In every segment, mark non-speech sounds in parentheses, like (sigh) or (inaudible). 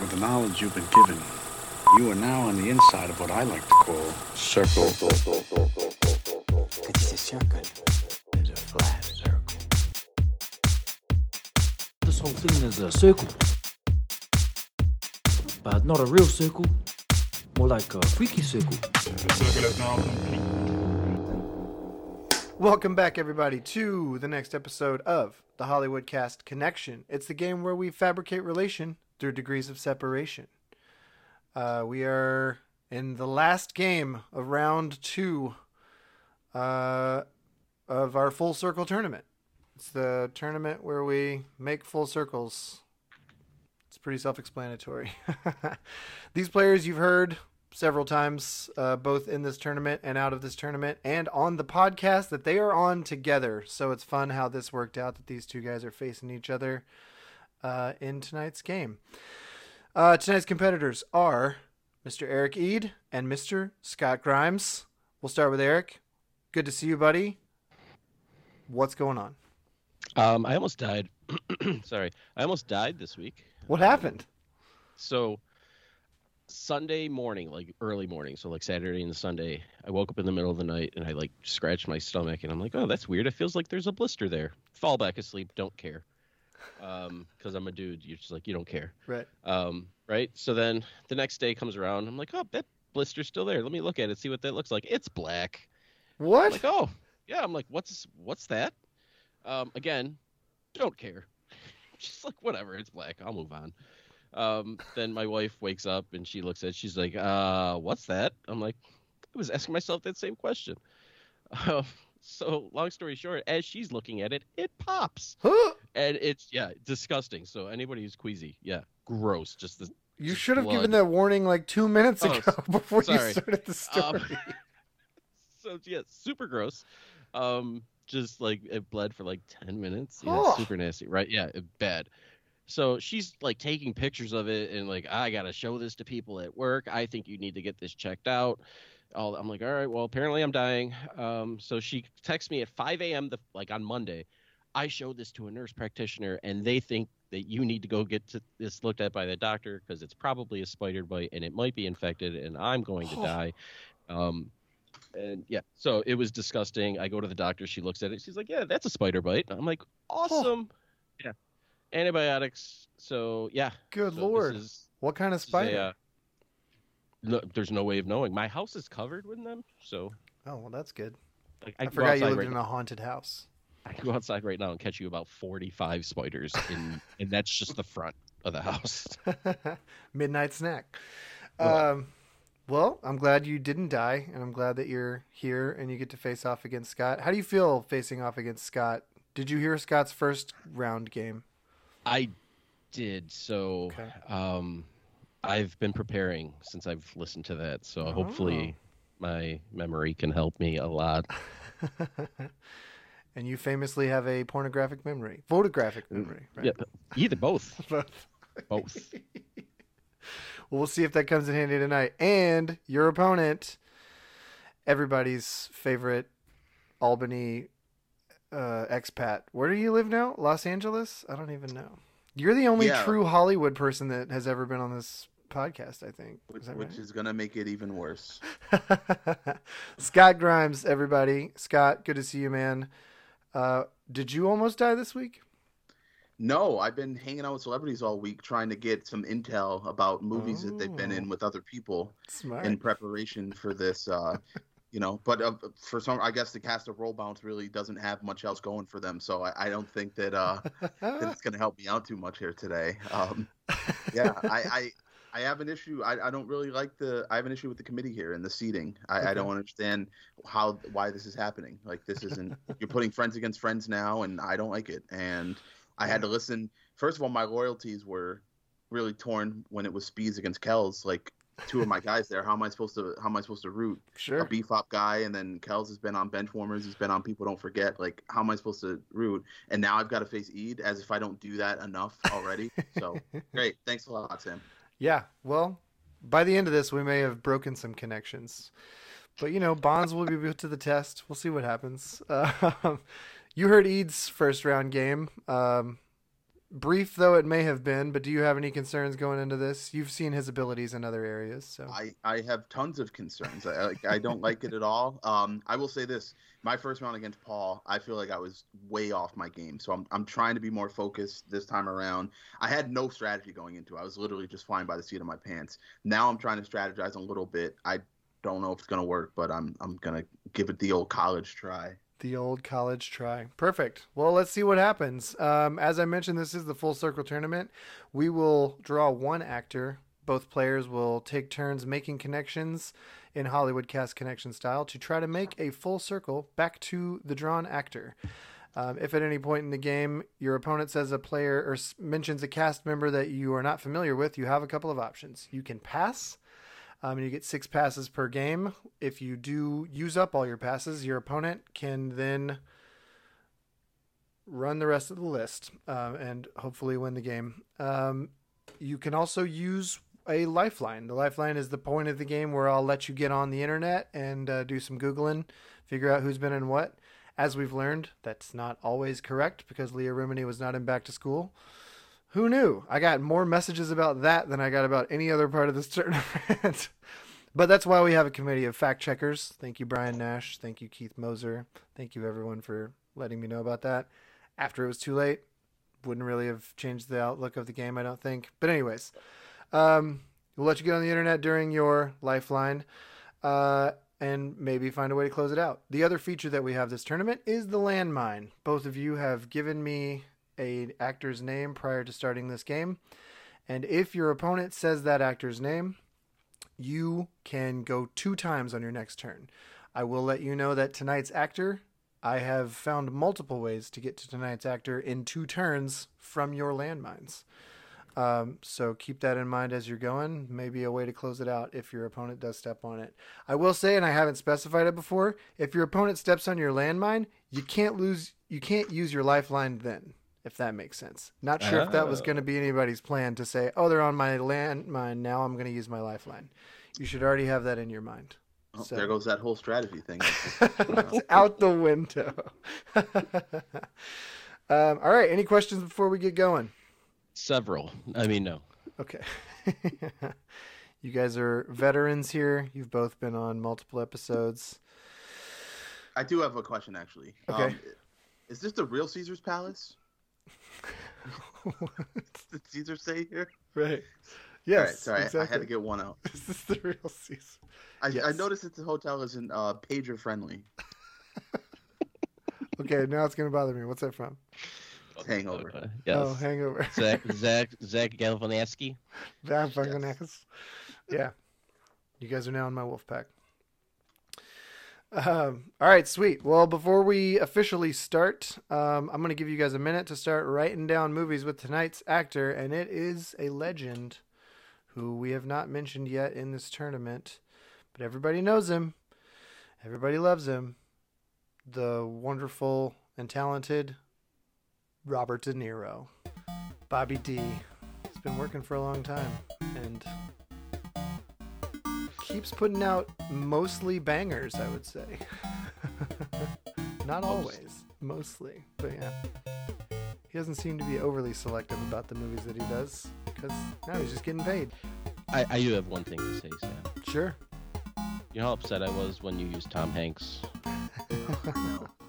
With the knowledge you've been given, you are now on the inside of what I like to call circle. It's a circle. It's a flat circle. This whole thing is a circle. But not a real circle, more like a freaky circle. Welcome back, everybody, to the next episode of the Hollywood Cast Connection. It's the game where we fabricate relation through degrees of separation. Uh, we are in the last game of round two uh, of our full circle tournament. It's the tournament where we make full circles. It's pretty self explanatory. (laughs) These players you've heard several times, uh, both in this tournament and out of this tournament, and on the podcast that they are on together. So it's fun how this worked out that these two guys are facing each other uh, in tonight's game. Uh, tonight's competitors are Mr. Eric Ead and Mr. Scott Grimes. We'll start with Eric. Good to see you, buddy. What's going on? Um, I almost died. (clears throat) Sorry, I almost died this week. What happened? So Sunday morning, like early morning, so like Saturday and Sunday, I woke up in the middle of the night and I like scratched my stomach and I'm like, oh, that's weird. It feels like there's a blister there. Fall back asleep. Don't care. Um, because I'm a dude. You're just like you don't care. Right. Um, right. So then the next day comes around. I'm like, oh, that blister's still there. Let me look at it. See what that looks like. It's black. I'm What? like, oh, yeah. I'm like, what's what's that? Um, again, don't care. (laughs) Just like whatever, it's black. I'll move on. Um, then my wife wakes up and she looks at. She's like, uh, what's that? I'm like, I was asking myself that same question. (laughs) Uh, so long story short, as she's looking at it, it pops, Huh? and it's yeah, disgusting. So anybody who's queasy, yeah, gross. Just the You Just should have given blood. that warning like two minutes Oh, ago (laughs) before you sorry. started the story. Um, so yeah, super gross. Um, just like it bled for like ten minutes. Yeah, Oh. super nasty, right? Yeah, it- bad. So she's like taking pictures of it and like I gotta show this to people at work. I think you need to get this checked out. All I'm like, all right, well apparently I'm dying. Um, so she texts me at 5 a.m. the like on Monday. I showed this to a nurse practitioner and they think that you need to go get to this looked at by the doctor because it's probably a spider bite and it might be infected and I'm going to Oh. die. Um, and yeah, so it was disgusting. I go to the doctor. She looks at it. She's like, "Yeah, that's a spider bite." I'm like, "Awesome." Yeah. Antibiotics. So yeah. Good so this lord. is- what kind of this is a, spider? uh, no, there's no way of knowing. My house is covered with them, so Oh, well, that's good. like, I, I, can go forgot you outside lived right in a haunted house. (laughs) I can go outside right now and catch you about 45 spiders, (laughs) in, and that's just the front of the house. Midnight snack. Well- Um, well, I'm glad you didn't die, and I'm glad that you're here and you get to face off against Scott. How do you feel facing off against Scott? Did you hear Scott's first round game? (laughs) I did. So Okay. um, I've been preparing since I've listened to that. So Oh. hopefully my memory can help me a lot. and you famously have a pornographic memory, photographic memory, right? Mm, Yeah, either both. Both. Both. (laughs) Well, we'll see if that comes in handy tonight. And your opponent, everybody's favorite Albany uh, expat. Where do you live now? Los Angeles? I don't even know. You're the only Yeah. true Hollywood person that has ever been on this podcast, I think. Which, is that which is gonna make it even worse. right? (laughs) Scott Grimes, everybody. Scott, good to see you, man. Uh, did you almost die this week? No, I've been hanging out with celebrities all week trying to get some intel about movies that they've been Oh. in with other people Smart. (laughs) in preparation for this. Uh, you know, but uh, for some, I guess the cast of Roll Bounce really doesn't have much else going for them, so I, I don't think that uh, (laughs) Ah. that it's going to help me out too much here today. Um, yeah, I, I I have an issue. I, I don't really like the. I have an issue with the committee here and the seating. I, I don't understand how why this is happening. Like this isn't. you're putting friends against friends now, and I don't like it. And I had to listen. First of all, my loyalties were really torn when it was Speeds against Kells. Like two of my guys there. How am I supposed to? How am I supposed to root? a sure. BFOP guy, and then Kells has been on Benchwarmers. He's been on People Don't Forget. Like, how am I supposed to root? And now I've got to face Eid as if I don't do that enough already. so great, thanks a lot, Sam. Yeah. Well, by the end of this, we may have broken some connections, but you know, bonds will be put to the test. We'll see what (laughs) happens. Um, you heard Eads' first round game. Um, brief though it may have been, but do you have any concerns going into this? You've seen his abilities in other areas, so I, I have tons of concerns. I like, I don't like it at all. Um, I will say this: my first round against Paul, I feel like I was way off my game. So I'm I'm trying to be more focused this time around. I had no strategy going into. it. I was literally just flying by the seat of my pants. Now I'm trying to strategize a little bit. I don't know if it's gonna work, but I'm I'm gonna give it the old college try. the old college try. Perfect. Well, let's see what happens. Um, as I mentioned, this is the full circle tournament. We will draw one actor. Both players will take turns making connections in Hollywood cast connection style to try to make a full circle back to the drawn actor. Um, if at any point in the game your opponent says a player or s- mentions a cast member that you are not familiar with, you have a couple of options. You can pass, um, and you get six passes per game. If you do use up all your passes, your opponent can then run the rest of the list um, and hopefully win the game. Um, you can also use a lifeline. The lifeline is the point of the game where I'll let you get on the internet and uh, do some Googling, figure out who's been in what. As we've learned, that's not always correct because Leah Remini was not in back to school. Who knew? I got more messages about that than I got about any other part of this (laughs) tournament. but that's why we have a committee of fact checkers. Thank you, Brian Nash. Thank you, Keith Moser. Thank you, everyone, for letting me know about that. After it was too late, wouldn't really have changed the outlook of the game, I don't think. But, anyways, um, we'll let you get on the internet during your lifeline. Uh, and maybe find a way to close it out. The other feature that we have this tournament is the landmine. Both of you have given me a actor's name prior to starting this game. And if your opponent says that actor's name, you can go two times on your next turn. I will let you know that tonight's actor, I have found multiple ways to get to tonight's actor in two turns from your landmines. Um, so keep that in mind as you're going. Maybe a way to close it out if your opponent does step on it. I will say, and I haven't specified it before, if your opponent steps on your landmine, you can't lose. You can't use your lifeline then, if that makes sense. Not sure if that was going to be anybody's plan to say, "Oh, they're on my landmine now. I'm going to use my lifeline." You should already have that in your mind. Oh, So- there goes that whole strategy (laughs) thing. it's out the window. (laughs) um, all right. Any questions before we get going? Several. I mean, no. Okay. (laughs) you guys are veterans here. You've both been on multiple (laughs) episodes. I do have a question actually. Um, Okay. is this the real Caesar's Palace? Did Caesar say here? right. All Yes. right, sorry, exactly. I had to get one out. (laughs) This is the real season. I, I Yes. noticed that the hotel isn't uh, pager friendly. Okay, now it's gonna bother me. What's that from? It's hangover. Uh, yes. Oh, Hangover. Zach Zach Zach Galifianakis. (laughs) Bad fucking ass. Yeah. You guys are now in my wolf pack. Um, all right, sweet. Well, before we officially start, um, I'm going to give you guys a minute to start writing down movies with tonight's actor, and it is a legend who we have not mentioned yet in this tournament, but everybody knows him. Everybody loves him. The wonderful and talented Robert De Niro. Bobby D it's been working for a long time and keeps putting out mostly bangers i would say (laughs) not always mostly but yeah he doesn't seem to be overly selective about the movies that he does because now he's just getting paid I, I do have one thing to say, Sam. sure (laughs) You know how upset I was when you used Tom Hanks.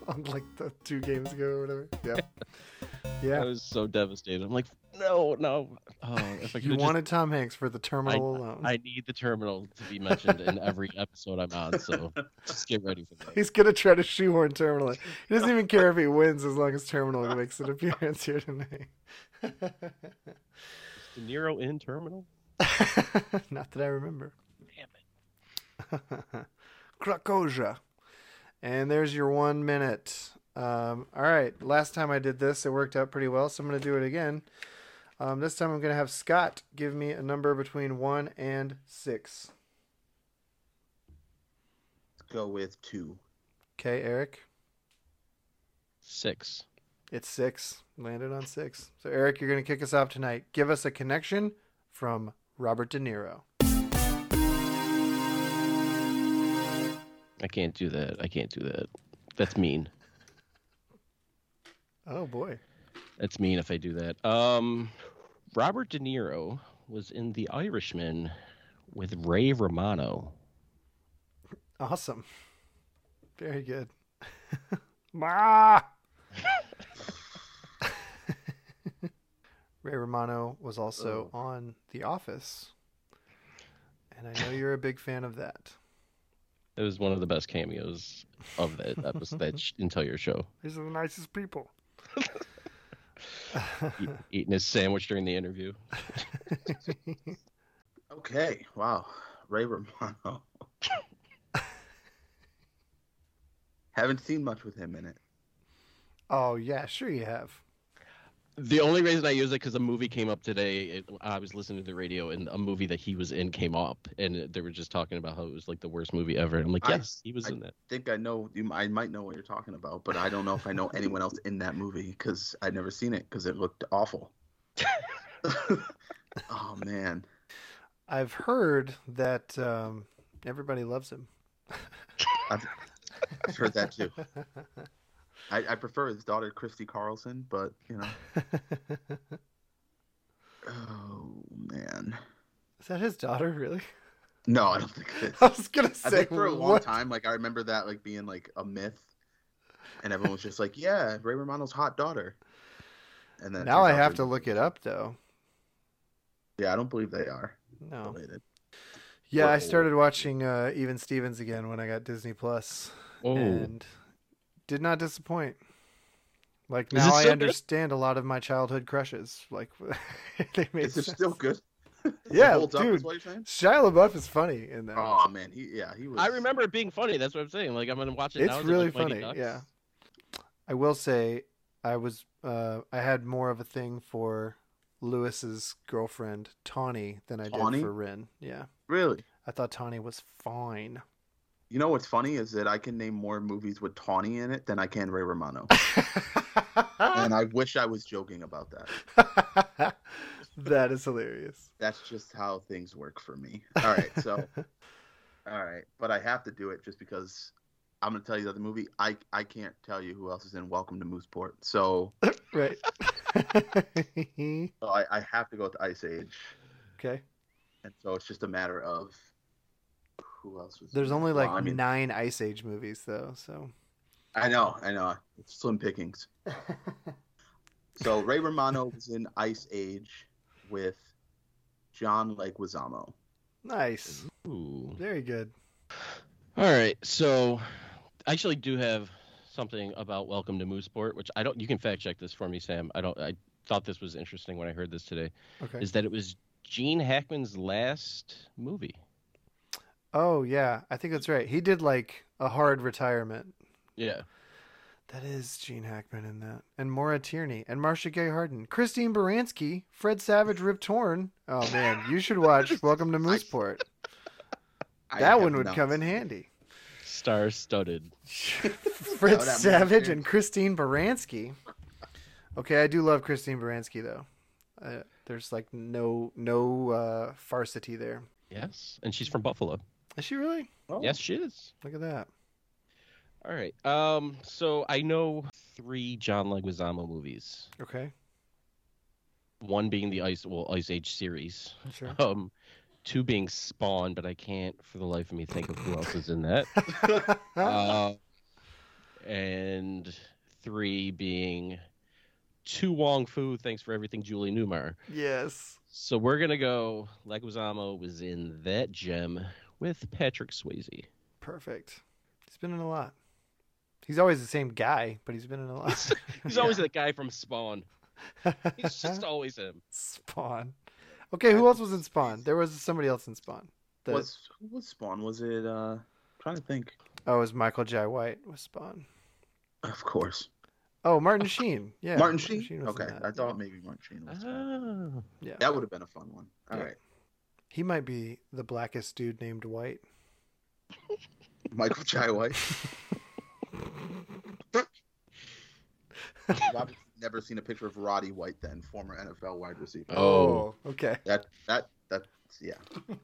on like the two games ago or whatever yeah (laughs) I yeah was so devastated. I'm like, no, no. Oh, if I you could wanted tom hanks for the terminal I- alone I need the terminal to be mentioned in (laughs) every episode I'm on, so just get ready for (laughs) that. He's gonna try to shoehorn Terminal. in. He doesn't even care if he wins as long as Terminal makes an appearance here tonight. De Niro in Terminal? (laughs) Not that I remember. Damn (laughs) it. Krakosia. And there's your one minute. Um, all right. Last time I did this, it worked out pretty well, so I'm gonna do it again. Um, this time I'm gonna have Scott give me a number between one and six. Let's go with two. Okay, Eric. Six. It's six. Landed on six. So, Eric, you're going to kick us off tonight. Give us a connection from Robert De Niro. I can't do that. I can't do that. That's mean. Oh, boy. That's mean if I do that. Um, Robert De Niro was in The Irishman with Ray Romano. Awesome. Very good. (laughs) Ma! Ray Romano was also on The Office. And I know you're a big fan of that. It was one of the best cameos of that (laughs) that was that sh- entire show. These are the nicest people. E- eating his sandwich during the interview. Okay. Wow. Ray Romano. (laughs) Haven't seen much with him in it. (laughs) oh, yeah, sure you have. The only reason I use it because a movie came up today. It, I was listening to the radio and a movie that he was in came up, and they were just talking about how it was like the worst movie ever. And I'm like, I- yes, he was in that. Think I know you? I might know what you're talking about, but I don't know if I know anyone else in that movie because I'd never seen it because it looked awful. oh man. I've heard that um, everybody loves him. I've, I've heard that too. I, I prefer his daughter Christy Carlson, but you know. Oh man. (laughs) Is that his daughter, really? No, I don't think it is. (laughs) I was going to I say, think for a long what? time, like I remember that like being like a myth, and everyone was just like, "Yeah, Ray Romano's hot daughter." And then it Now I turns out have they- to look it up, though. Yeah, I don't believe they are No. (laughs) related. Yeah, I Or- started watching uh, Even Stevens again when I got Disney Plus, Oh, and did not disappoint. Like Is now, it I so good? understand a lot of my childhood crushes. Like (laughs) they made Is it sense. still good? It (laughs) Yeah, holds Up, dude. is what you're saying? Shia LaBeouf is funny in that. Oh man, he yeah he was. I remember it being funny. That's what I'm saying. Like I'm gonna watch it. it's now. Is it, really like, Mighty funny. Ducks? Yeah, I will say I was uh, I had more of a thing for Lewis's girlfriend Tawny than I did Tawny? for Rin. Yeah, Really, I thought Tawny was fine. (laughs) you know what's funny is that I can name more movies with Tawny in it than I can Ray (laughs) Romano, and I wish I was joking about that. that is hilarious. That's just how things work for me. All right, so (laughs) all right, but I have to do it just because I'm going to tell you about the movie. I I can't tell you who else is in Welcome to Mooseport, so (laughs) right. so I, I have to go with Ice Age, okay. and so it's just a matter of who else was. There's only well, like I mean, nine Ice Age movies though, so I know, I know, it's slim (laughs) pickings. So Ray Romano was in Ice Age with John Leguizamo. nice. Ooh. Very good. All right. So I actually do have something about Welcome to Mooseport, which I don't. You can fact check this for me, Sam. I don't. I thought this was interesting when I heard this today. Okay. Is that it was Gene Hackman's last movie? Oh yeah, I think that's right. He did like a hard retirement. Yeah. That is Gene Hackman in that. And Maura Tierney and Marcia Gay Harden. Christine Baranski, Fred Savage, Rip Torn. Oh man, you should (laughs) watch Welcome to Mooseport. I That have one would not come in seen it. handy. Star-studded. Fred Oh, that Savage movie. and Christine Baranski. Okay, I do love Christine Baranski though. Uh, there's like no no uh, farcity there. Yes. And she's from Buffalo. Is she really? Oh, Yes, she is. Look at that. All right. Um. So I know three John Leguizamo movies. Okay, One being the Ice, well, Ice Age series. sure. (laughs) Um, two being Spawn, but I can't for the life of me think of who else is in that. Uh, and three being Tu Wong Fu. Thanks for everything, Julie Newmar. yes. So we're gonna go. Leguizamo was in that gem with Patrick Swayze. Perfect. He's been in a lot. He's always the same guy, but he's been in a lot. He's always that guy from Spawn. (laughs) He's just always him. Spawn. Okay, who else was in Spawn? There was somebody else in Spawn. that- Was who was Spawn? Was it? uh Trying to think. Oh, it was Michael J. White was Spawn. Of course. Oh, Martin Sheen. Yeah, Martin Sheen? was in Okay, that. I thought maybe Martin Sheen was. Ah. Yeah. That would have been a fun one. All Yeah. right, He might be the blackest dude named White. Michael (laughs) Jai White. Robert's never seen a picture of Roddy White, then former NFL wide receiver. Oh. okay. (laughs) That that that's yeah.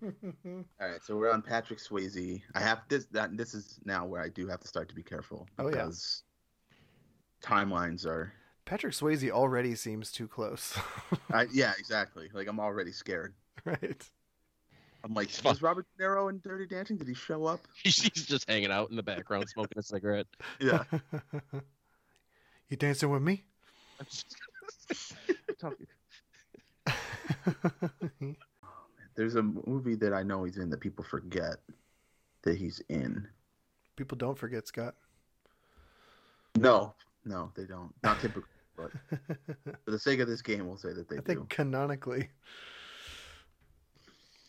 All right, so we're on Patrick Swayze. I have this. That this is now where I do have to start to be careful Oh, yeah. because timelines are Patrick Swayze already seems too close, (laughs) I, yeah, exactly. Like I'm already scared. right? I'm like, Fuck. was Robert De Niro in Dirty Dancing? Did he (laughs) show up? (laughs) She's just hanging out in the background smoking a cigarette. Yeah. (laughs) you dancing with (laughs) me? I'm just- There's a movie that I know he's in that people forget that he's in. (laughs) People don't forget Scott. No, no, they don't. Not (laughs) typical. but for the sake of this game, we'll say that they I do. think canonically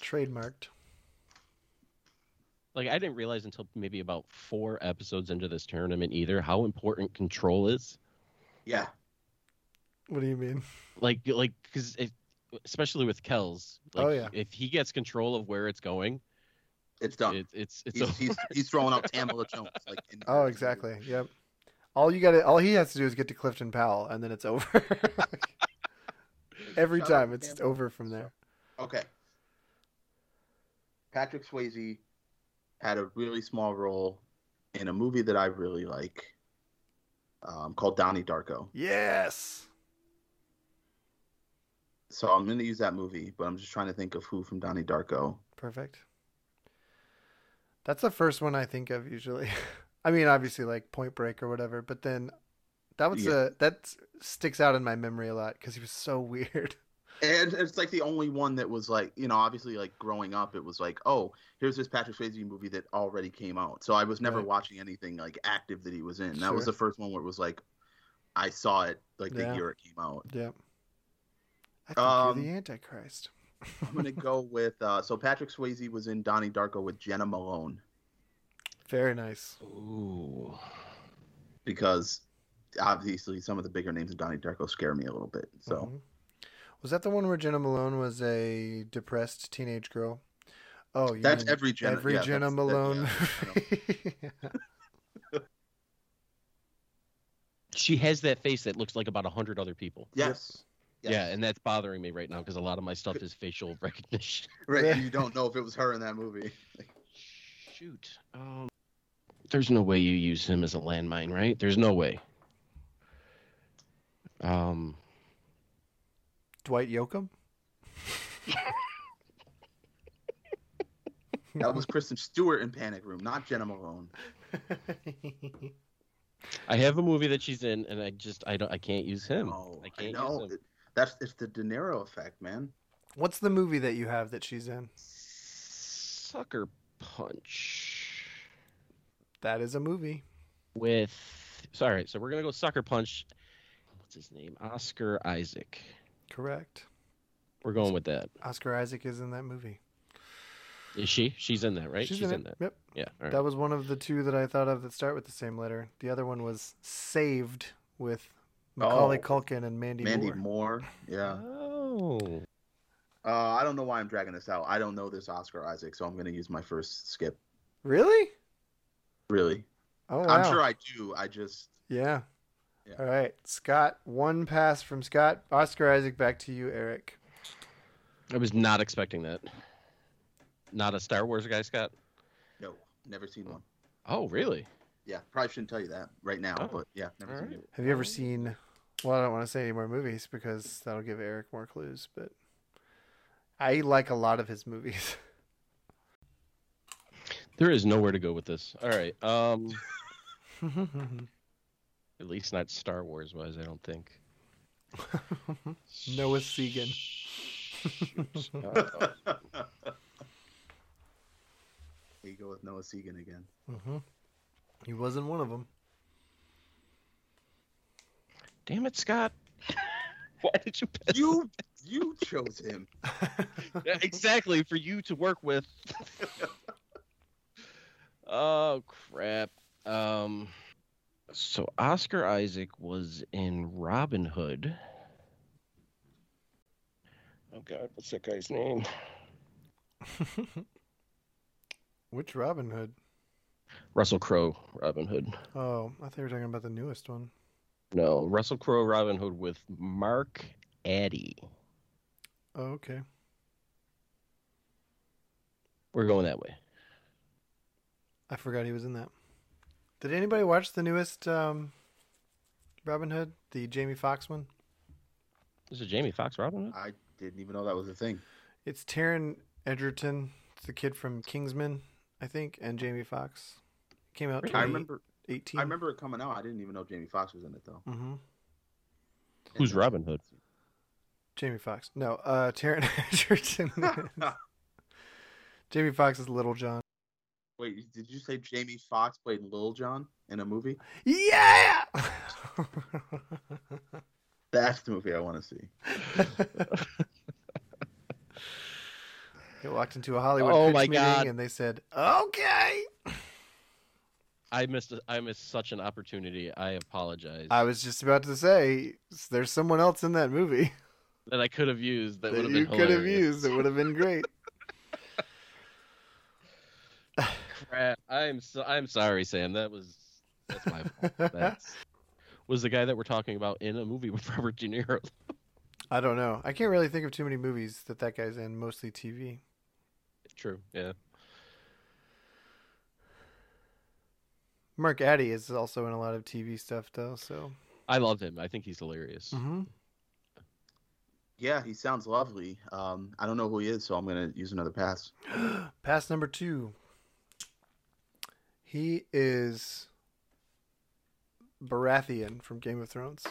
trademarked. like I didn't realize until maybe about four episodes into this tournament either how important control is. Yeah. What do you mean? Like like because if especially with Kells, like, Oh, yeah. if he gets control of where it's going, It's done. it, it's it's he's, over. he's, he's throwing up Tamala Jones. Like, in- Oh, exactly. Yep. All you got, to all he has to do is get to Clifton Powell, and then it's over. (laughs) Every Shout out time, to it's Tamala. over from there. Okay. Patrick Swayze had a really small role in a movie that I really like um, called Donnie Darko. Yes. So I'm going to use that movie, but I'm just trying to think of who from Donnie Darko. Perfect. That's the first one I think of usually. (laughs) I mean, obviously like Point Break or whatever, but then that was Yeah. a that sticks out in my memory a lot because he was so (laughs) weird. And it's like the only one that was like, you know, obviously like growing up, it was like, oh, here's this Patrick Swayze movie that already came out. So I was never Right. watching anything like active that he was in. That was Sure. the first one where it was like, I saw it like the Yeah. year it came (laughs) out. Yeah. I think Um, you're the Antichrist. I'm gonna go with uh, so Patrick Swayze was in Donnie Darko with Jenna Malone Very nice. Ooh. because obviously some of the bigger names in Donnie Darko scare me a little bit. So Mhm. was that the one where Jenna Malone was a depressed teenage girl? Oh, you that's mean every Jenna. every yeah, Jenna that's- that- Malone. yeah, you know. She has that face that looks like about a hundred other people. yes. Yes. Yeah, and that's bothering me right now because a lot of my stuff is facial (laughs) recognition. (laughs) Right, and you don't know if it was her in that movie. Shoot. Um, there's no way you use him as a landmine, right? There's no way. Um, (laughs) Dwight (laughs) Yoakam. That was Kristen Stewart in Panic Room, not Jenna Malone. I have a movie that she's in, and I just I don't I can't use him. Oh, I I can't know. use him. It- That's it's the De Niro effect, man. What's the movie that you have that she's in? Sucker Punch That is a movie. with. Sorry, so we're gonna go Sucker Punch. What's his name? Oscar Isaac. Correct. We're going with that. Oscar Isaac is in that movie. Is she? She's in that, right? She's, in, it. that. Yep. Yeah. all right. That was one of the two that I thought of that start with the same letter. The other one was Saved with Macaulay Oh. Culkin and Mandy, Mandy Moore. Moore. (laughs) Yeah. Oh. Uh, I don't know why I'm dragging this out. I don't know this Oscar Isaac, so I'm gonna use my first skip. Really? Really, Oh wow. I'm sure I do. I just Yeah. Yeah. All right, Scott. One pass from Scott. Oscar Isaac, back to you, Eric. I was not expecting that. Not a Star Wars guy, Scott. no, never seen one. Oh, really? Yeah, probably shouldn't tell you that right now, Oh. but yeah, never All seen right. it. Have you ever seen? Well, I don't want to say any more movies because that'll give Eric more clues. But I like a lot of his movies. (laughs) There is nowhere to go with this. All right. Um, at least not Star Wars wise. I don't think. Noah Segan. Shoot. (laughs) Uh, Here you go with Noah Segan again. hmm He wasn't one of them. damn it, Scott. Why did (laughs) you piss? You you chose him. Yeah, exactly for you to work with. (laughs) oh crap. Um so Oscar Isaac was in Robin Hood. Oh god, what's that guy's name? Which Robin Hood? Russell Crowe, Robin Hood. Oh, I thought you were talking about the newest one. No, Russell Crowe Robin Hood with Mark Addy. Oh, okay. We're going that way. I forgot he was in that. Did anybody watch the newest um, Robin Hood, the Jamie Foxx one? This is Jamie Fox Robin Hood. I didn't even know that was a thing. It's Taryn Edgerton, it's the kid from Kingsman, I think, and Jamie Foxx. Came out Really? I remember. 2018. I remember it coming out. I didn't even know Jamie Foxx was in it though. hmm Who's Robin Hood? Jamie Foxx. No, uh, Taryn (laughs) Edgerton. (laughs) Jamie Foxx is Little John. (laughs) Wait, did you say Jamie Foxx played Lil Jon in a movie? Yeah! That's the movie I want to see. He walked into a Hollywood Oh pitch my meeting God. and they said, "Okay." I missed. A, I missed such an opportunity. I apologize I was just about to say, there's someone else in that movie that I could have used. (laughs) That, would that have you been could have hilarious. used. It would have been great. (laughs) Crap. I'm so. I'm sorry, Sam. That was. That's my (laughs) fault. That's, was the guy that we're talking about in a movie with (laughs) Robert De Niro? I don't know. I can't really think of too many movies that that guy's in. Mostly TV. True. Yeah. Mark Addy is also in a lot of TV stuff, though. So, I love him. I think he's hilarious. Mhm. Yeah, he sounds lovely. Um, I don't know who he is, so I'm gonna use another pass. pass number two. He is Baratheon from Game of Thrones.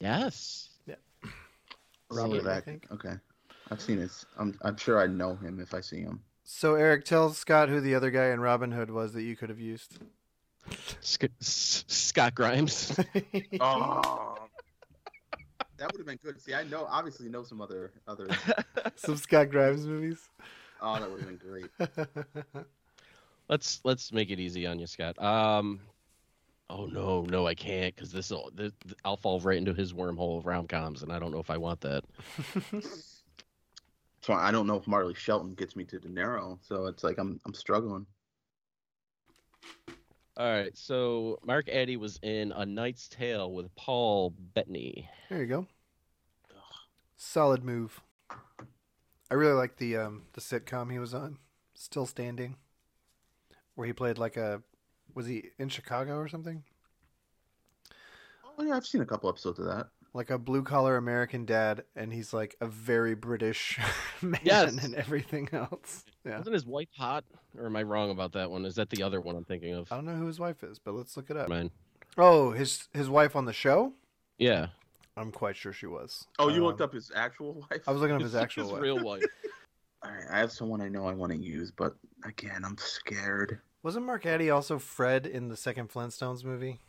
Yes. Robert Robert, I Vac- think. Okay, I've seen it. I'm I'm sure I know him if I see him. So, Eric, tell Scott who the other guy in Robin Hood was that you could have used. Sc- S- Scott Grimes. (laughs) Oh, that would have been good. See, I know obviously know some other (laughs) other. (laughs) Some Scott Grimes movies. (laughs) Oh, that would have been great. let's let's make it easy on you, Scott. Um. Oh no, no, I can't because this will I'll fall right into his wormhole of rom coms, and I don't know if I want that. So I don't know if Marley Shelton gets me to De Niro, so it's like I'm I'm struggling. All right, so Mark Addy was in A Knight's Tale with Paul Bettany. there you go. Solid move. I really like the um, the sitcom he was on, Still Standing, where he played like a was he in Chicago or something? Oh yeah, I've seen a couple episodes of that. Like a blue collar American dad, and he's like a very British (laughs) man Yes. and everything else. Yeah, Wasn't his wife hot? Or am I wrong about that one? Is that the other one I'm thinking of? I don't know who his wife is, but let's look it up. Mine. Oh, his his wife on the show. Yeah. I'm quite sure she was. Oh, you looked Um, up his actual (laughs) wife. I was looking up his It's actual (laughs) his wife. (laughs) real wife. All right, I have someone I know I want to use, but again, I'm scared. Wasn't Mark Addy also Fred in the second Flintstones movie?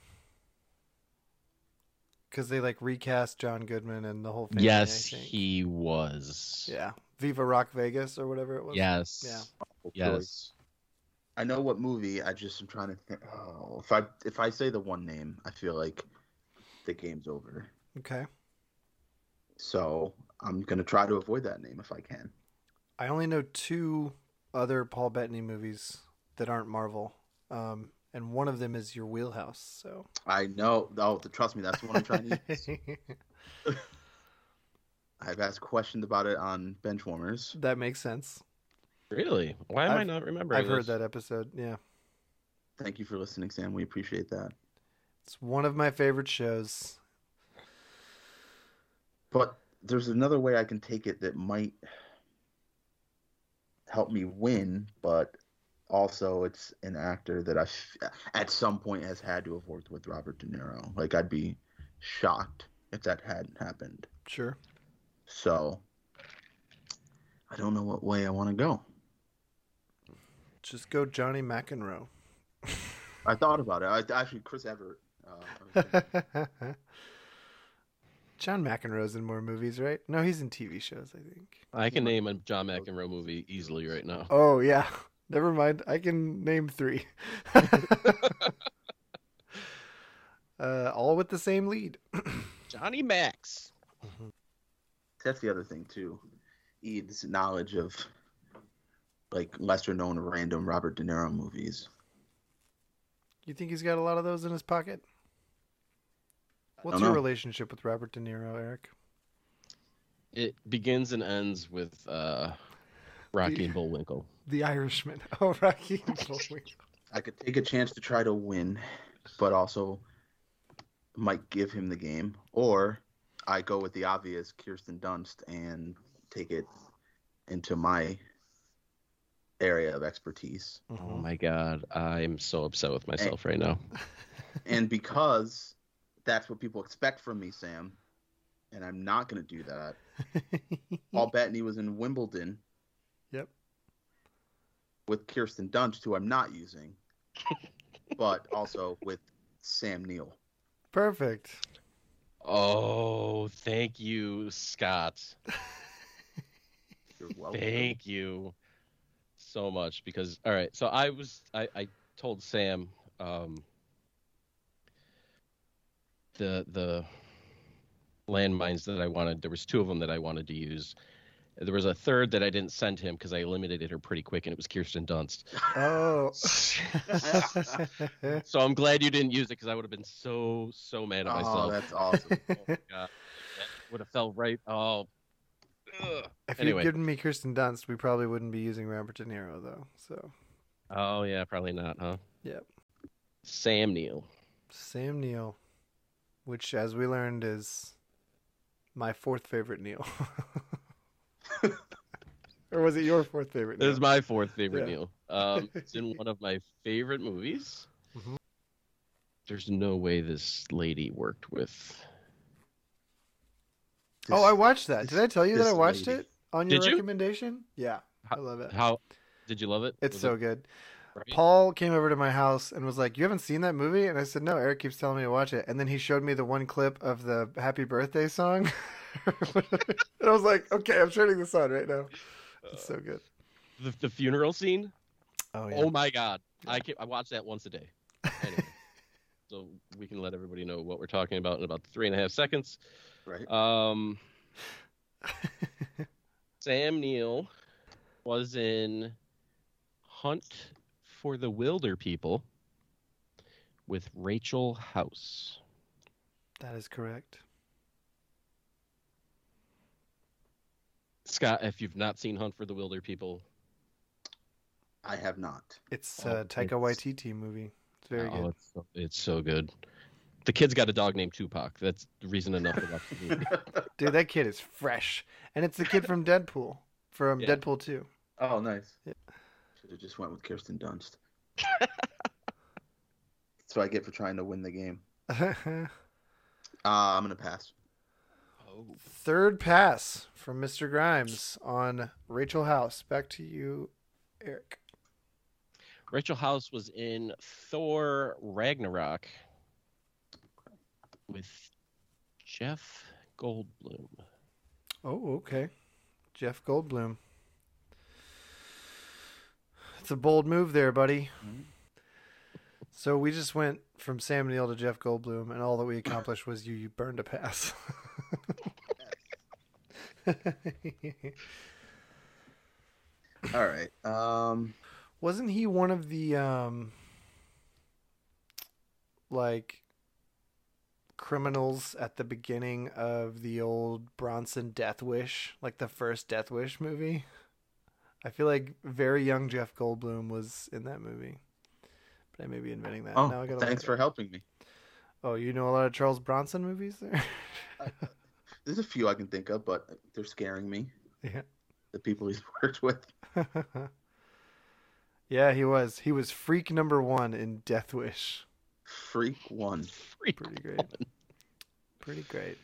Because they like recast John Goodman and the whole thing. yes, I think. he was. Yeah, Viva Rock Vegas or whatever it was. Yes. Yeah. Yes. I know what movie. I just am trying to think. Oh, if I if I say the one name, I feel like the game's over. Okay. So I'm gonna try to avoid that name if I can. I only know two other Paul Bettany movies that aren't Marvel, um, and one of them is Your Wheelhouse. So. I know. Oh, trust me, that's the one I'm trying to (laughs) use. I've asked questions about it on Benchwarmers. that makes sense. Really? Why am i I've- not remembering? I've heard this? that episode. Yeah, Thank you for listening, Sam. We appreciate that. it's one of my favorite shows. But there's another way I can take it that might help me win, but also it's an actor that I f- at some point has had to have worked with Robert De Niro. Like I'd be shocked if that hadn't happened. Sure. So I don't know what way I want to go. Just go Johnny McEnroe. I thought about it. I actually Chris Everett. Uh, I was (laughs) thinking- John McEnroe's in more movies, right? No, he's in TV shows, I think. I can name a John McEnroe movie easily right now. Oh yeah. (laughs) Never mind. I can name three. (laughs) uh, all with the same lead. (laughs) Johnny Max. that's the other thing too. Eve's knowledge of like lesser known random Robert De Niro movies. You think he's got a lot of those in his pocket? What's don't your know. relationship with Robert De Niro, Eric? It begins and ends with uh, Rocky (laughs) and Bullwinkle. The Irishman. Oh, Rocky. I could take a chance to try to win, but also might give him the game, or I go with the obvious Kirsten Dunst and take it into my area of expertise. Oh my god, I'm so upset with myself right now. and because that's what people expect from me, Sam, and I'm not going to do that. Paul Bettany was in Wimbledon. (laughs) Yep. With Kirsten Dunst, who I'm not using, but also with Sam Neill. Perfect. Oh, thank you, Scott. You're welcome. Thank you so much because all right, so I was I, I told Sam um the the landmines that I wanted. There was two of them that I wanted to use. There was a third that I didn't send him because I eliminated her pretty quick, and it was Kirsten Dunst. Oh. (laughs) so I'm glad you didn't use it because I would have been so so mad at Oh, myself. (laughs) Oh that's awesome. would have felt right. Oh, Ugh. If Anyway. you'd given me Kirsten Dunst, we probably wouldn't be using Robert De Niro though. So oh yeah, probably not, huh? Yep. Sam Neill. Sam Neill, which as we learned is my fourth favorite Neil. (laughs) or was it your fourth favorite This Neil? is my fourth favorite Yeah. Neil. Um, it's in one of my favorite movies. Mhm. There's no way this lady worked with. oh, I watched that. this- Did I tell you that I this watched lady. it on your Did you? recommendation? Yeah. I Ho- love it. How did you love it? It's Was so it good. great? Paul came over to my house and was like, "You haven't seen that movie?" And I said, "No." Eric keeps telling me to watch it, and then he showed me the one clip of the Happy Birthday song, (laughs) and I was like, "Okay, I'm turning this on right now." It's so good. the, the funeral scene. Oh Oh my god, I can, I watch that once (laughs) a day. Anyway, so we can let everybody know what we're talking about in about three and a half seconds. Right. (laughs) Um, Sam Neill was in Hunt for the Wilder People with Rachel House. that is correct. Scott, if you've not seen Hunt for the Wilder People, I have not. It's Oh, a Taika it's- Waititi movie. It's very oh, good. It's, so, it's so good. The kid's got a dog named Tupac. That's reason enough to watch the (laughs) movie. Dude, that kid is fresh, and it's the kid from Deadpool, from Yeah. Deadpool Two. (laughs) Oh, nice. Yeah. Should have just went with Kirsten Dunst. That's what I get for trying to win the game. Uh, I'm gonna pass. oh, Third pass from Mr. Grimes on Rachel House. Back to you, Eric. Rachel House was in Thor Ragnarok with Jeff Goldblum. Oh, okay. Jeff Goldblum. It's a bold move there, buddy. Mhm. So we just went from Sam Neill to Jeff Goldblum, and all that we accomplished was you, you burned a pass. (laughs) All right. Um, Wasn't he one of the um like criminals at the beginning of the old Bronson Death Wish, like the first Death Wish movie? I feel like very young Jeff Goldblum was in that movie. But I may be inventing that. oh, now I gotta look thanks it for up. helping me. Oh, you know a lot of Charles Bronson movies there? There's a few I can think of, but they're scaring me. Yeah. The people he's (laughs) worked with. (laughs) yeah, he was. He was freak number one in Death Wish. Freak one. Freak. Pretty (laughs) great. Pretty great.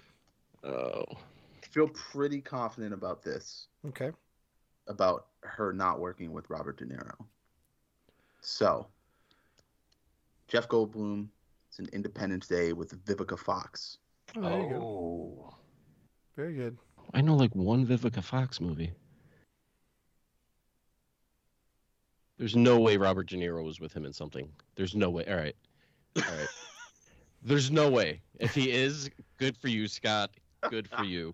Oh. I feel pretty confident about this, Okay. about her not working with Robert De Niro. So, Jeff Goldblum is an Independence Day with Vivica Fox. Oh, there you go. Very good. I know like one Vivica Fox movie. There's no way Robert De Niro was with him in something. There's no way. All right. All right. There's no way. If he is, good for you, Scott. Good for you.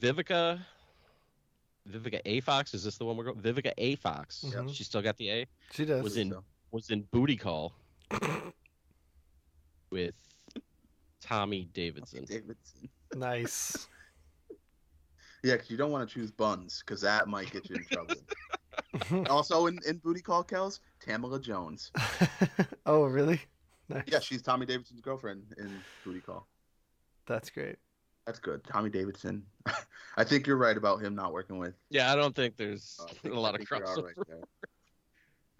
Vivica Vivica A Fox, is this the one we're going? Vivica A Fox. Yeah. She still got the A. She does. Was Believe in- so. Was in Booty Call with Tommy Davidson. Davidson. Nice. (laughs) (laughs) Yeah, 'cause you don't want to choose buns because that might get you in (laughs) trouble. also, in, in Booty Call Cows, Tamala Jones. oh, really? Nice. Yeah, she's Tommy Davidson's girlfriend in Booty Call. That's great. That's good. Tommy Davidson. (laughs) I think you're right about him not working with. Yeah, I don't think there's uh, (laughs) a I think- lot I of think you're all crossover. right there.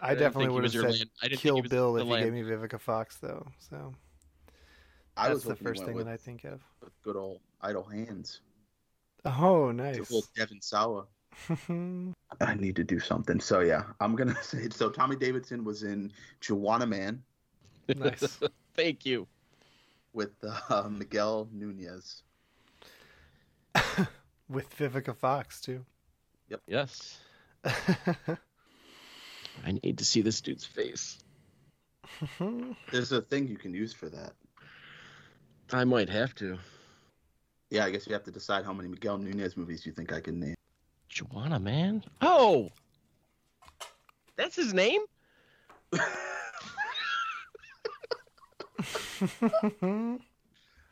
I, didn't definitely think he would have was your said land- I didn't think Kill he was Bill the if you land- gave (laughs) me Vivica Fox though. So I that's was the hoping you first went thing with, that I think of. with good old idle hands. Oh, The nice. whole Devin Sawa. I need to do something. So yeah, I'm gonna (laughs) say. So Tommy Davidson was in Juana Man (laughs) nice. (laughs) Thank you. with uh, (laughs) Miguel Nunez. With Vivica Fox too. (laughs) Yes. I need to see this dude's face. There's a thing you can use for that. I might have to. Yeah, I guess you have to decide how many Miguel Nunez movies you think I can name. (laughs) Joanna, man. Oh, that's his name. I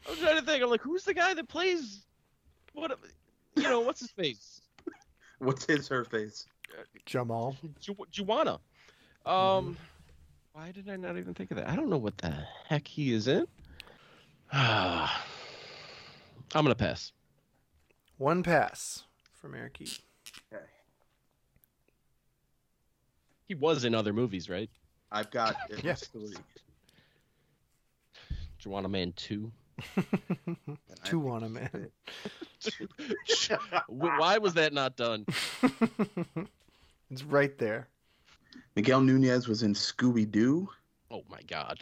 was trying to think. I'm like, who's the guy that plays? What? You know, what's his face? What's his her face? Jamal. Ju- Juana. Um, why did I not even think of that? I don't know what the heck he is in. (sighs) I'm gonna pass. One pass from Eric (laughs) E. He was in other movies, right? I've got (laughs) at Yes. least three. Juana Man (laughs) Two. and I Two think on a he's man. (laughs) Wh- Why was that not done? It's right there. (laughs) Miguel Nunez was in Scooby Doo Oh my God.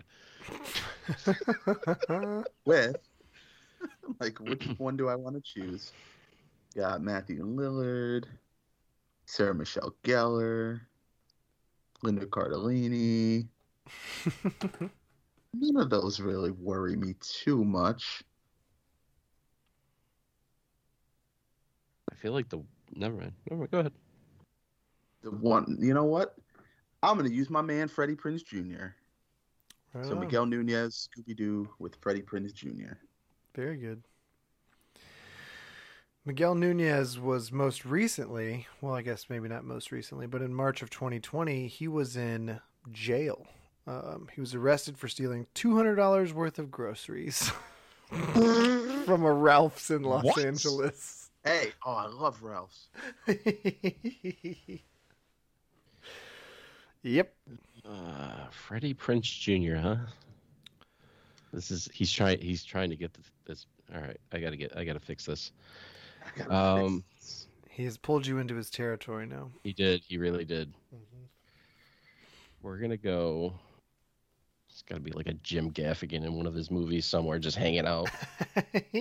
with. (laughs) like, which one do I want to choose? Got Matthew Lillard, Sarah Michelle Gellar, Linda Cardellini. None of those really worry me too much. I feel like the. Never mind. Never mind. Go ahead. The one, you know what? I'm gonna use my man Freddie Prince Jr. Right So on. Miguel Nunez, Scooby Doo with Freddie Prince Jr. Very good. Miguel Nunez was most recently, well, I guess maybe not most recently, but in March of 2020, he was in jail. Um, he was arrested for stealing $200 worth of groceries (laughs) from a Ralph's in Los What? Angeles. (laughs) Hey, oh, I love Ralph's. yep. Uh, Freddie Prince Jr. Huh? This is he's trying he's trying to get th- this. All right, I gotta get I gotta fix this. I gotta Um, fix He has pulled you into his territory now. He did. He really did. (laughs) We're gonna go. It's gotta be like a Jim Gaffigan in one of his movies somewhere, just hanging out. that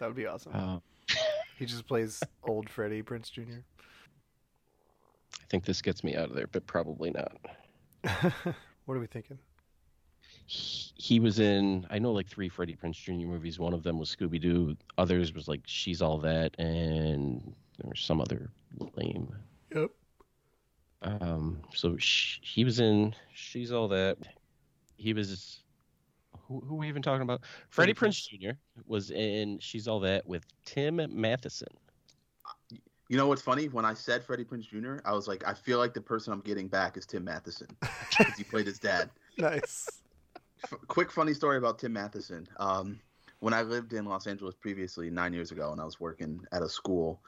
would be awesome. (laughs) Uh, He just plays old Freddie Prince Jr. I think this gets me out of there, but probably not. what are we thinking? He, he was in I know like three Freddie Prince Jr. movies. One of them was Scooby Doo. Others was like She's All That, and there was some other lame Yep. Um, so sh he was in She's All That. He was who, who are we even talking about? Freddie Prince Jr. was in She's All That with Tim Matheson. You know what's funny? When I said Freddie Prince Jr., I was like, I feel like the person I'm getting back is Tim Matheson because he played his dad. Nice. F- quick funny story about Tim Matheson. Um, when I lived in Los Angeles previously nine years ago, and I was working at a school,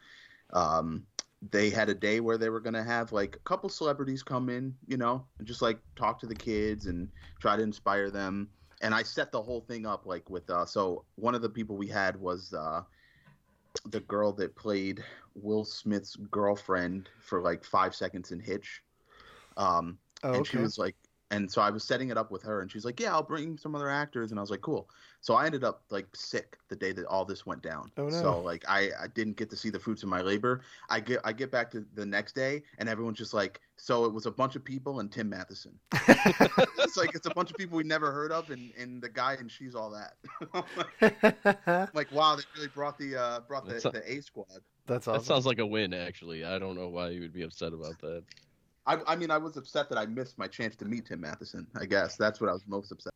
um, they had a day where they were going to have like a couple celebrities come in, you know, and just like talk to the kids and try to inspire them. And I set the whole thing up like with uh, so one of the people we had was uh, the girl that played Will Smith's girlfriend for like five seconds in Hitch. Um, Oh, and okay. she (laughs) was like and so i was setting it up with her and she's like yeah i'll bring some other actors and i was like cool so i ended up like sick the day that all this went down Oh, no. so like I, I didn't get to see the fruits of my labor i get i get back to the next day and everyone's just like so it was a bunch of people and tim (laughs) matheson it's like it's a bunch of people we never heard of and, and the guy and she's all that (laughs) like wow they really brought the uh brought the, That's a- the a squad That's That awesome. sounds like a win, actually. I don't know why you would be upset about that. I, I mean i was upset that i missed my chance to meet tim matheson i guess that's what i was most upset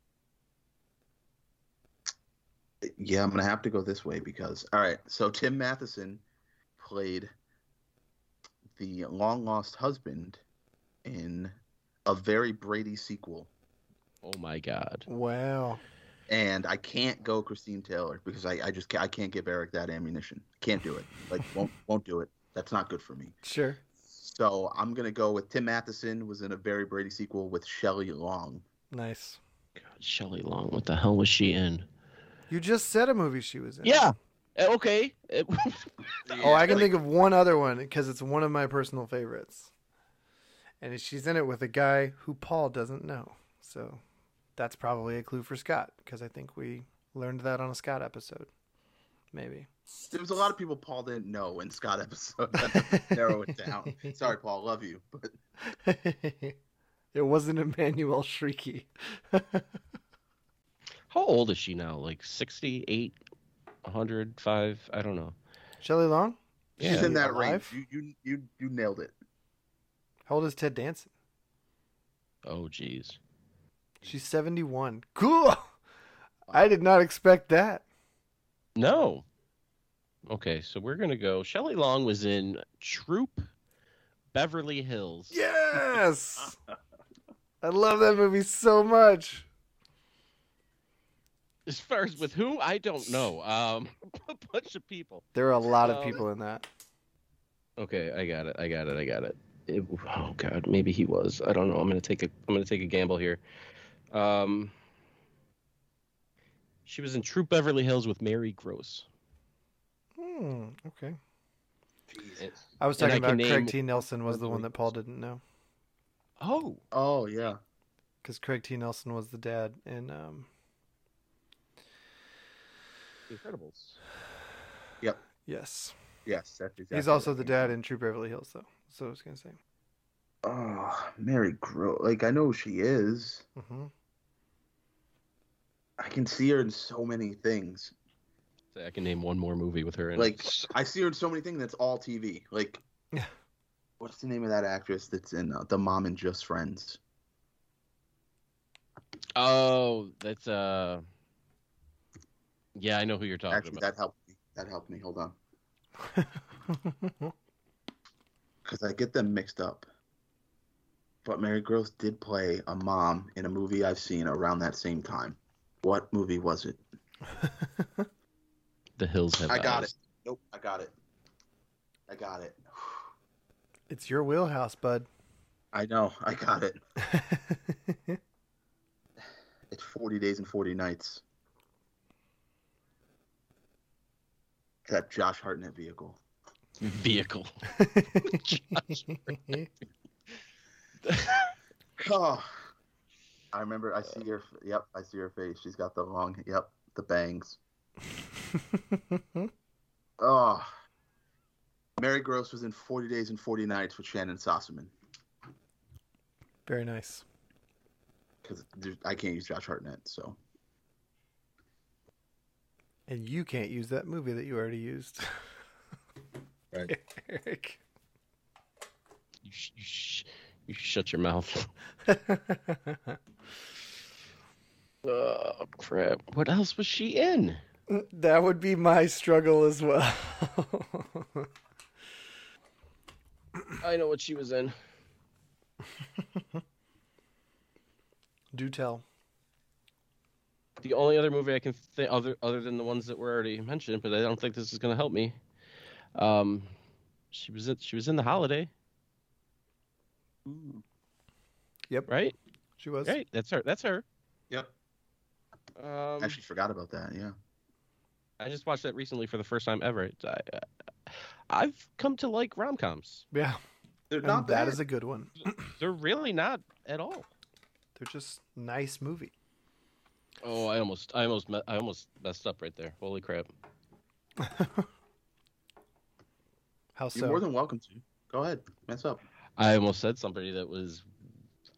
yeah i'm gonna have to go this way because all right so tim matheson played the long lost husband in a very brady sequel Oh my god. Wow. and I can't go Christine Taylor because I, I just can't, I can't give Eric that ammunition. Can't do it. Like won't won't do it. That's not good for me. Sure. So I'm gonna go with Tim Matheson was in a Barry Brady sequel with Shelley Long. Nice. God, Shelley Long, what the hell was she in? You just said a movie she was in. Yeah. Eh, Okay. Eh, (laughs) Oh, I can think of one other one because it's one of my personal favorites. And she's in it with a guy who Paul doesn't know. So that's probably a clue for Scott because I think we learned that on a Scott episode. Maybe. (laughs) There was a lot of people Paul didn't know in Scott episode. (laughs) That narrow it down. Sorry, Paul. Love you, but it wasn't Emmanuel Shrieky. (laughs) How old is she now? Like 68, 105? I don't know. Shelley Long? she's Yeah. in that Alive? range. You, you you you nailed it. How old is Ted Danson? Oh, jeez. She's 71. Cool. (laughs) I did not expect that. No. Okay, so we're gonna go. Shelley Long was in Troop, Beverly Hills. Yes. I love that movie so much. As far as with who, I don't know. Um, (laughs) a bunch of people. There are a lot of Um, people in that. Okay, I got it. I got it. I got it. It- Oh God, maybe he was. I don't know. I'm gonna take a. I'm gonna take a gamble here. Um, she was in Troop, Beverly Hills with Mary Gross. Hmm, okay. It- I was And talking I about can Craig name- T. Nelson was the one that Paul didn't know Oh, Oh yeah. because Craig T. Nelson was the dad in um, Incredibles. yes. Yes, that's exactly. He's also right. the dad in True Beverly Hills though. So I was gonna say. Oh, Mary Gro. Like I know who she is. hmm I can see her in so many things. I can name one more movie with her in. it. Like I see her in so many things that's all TV. Like Yeah. What's the name of that actress that's in uh, The Mom and Just Friends? Oh, that's uh. Yeah, I know who you're talking Actually, about. that helped me. That helped me. Hold on. Mm-hmm. Cuz I get them mixed up. But Mary Gross did play a mom in a movie I've seen around that same time. What movie was it? The Hills Have I got Eyes. it. Nope, I got it. I got it. (laughs) it's your wheelhouse, bud. (laughs) I know. I got it. It's 40 days and 40 nights. That Josh Hartnett vehicle. Vehicle. (laughs) Oh, I remember. I see your. Yep, I see her face. She's got the long. Yep, the bangs. Oh, Mary Gross was in 40 Days and 40 Nights with Shannon Sossaman (laughs) Very nice. because I can't use Josh Hartnett. So And you can't use that movie that you already used. (laughs) Right. Eric. You, sh- you, sh- you shut your mouth. (laughs) Oh crap! What else was she in? that would be my struggle as well. (laughs) I know what she was in. Do tell. The only other movie I can think other other than the ones that were already mentioned, but I don't think this is gonna help me. Um, she was in, she was in the holiday. Yep. Right. She was. Right. That's her. That's her. Yep. Um, actually forgot about that. Yeah. I just watched that recently for the first time ever. It's- I, I've come to like rom coms. Yeah. They're And not bad. that is a good one. They're really not at all. They're just nice movie. Oh, I almost, I almost, me- I almost messed up right there. Holy crap! How You're so? more than welcome to. Go ahead. Mess up. I almost said somebody that was,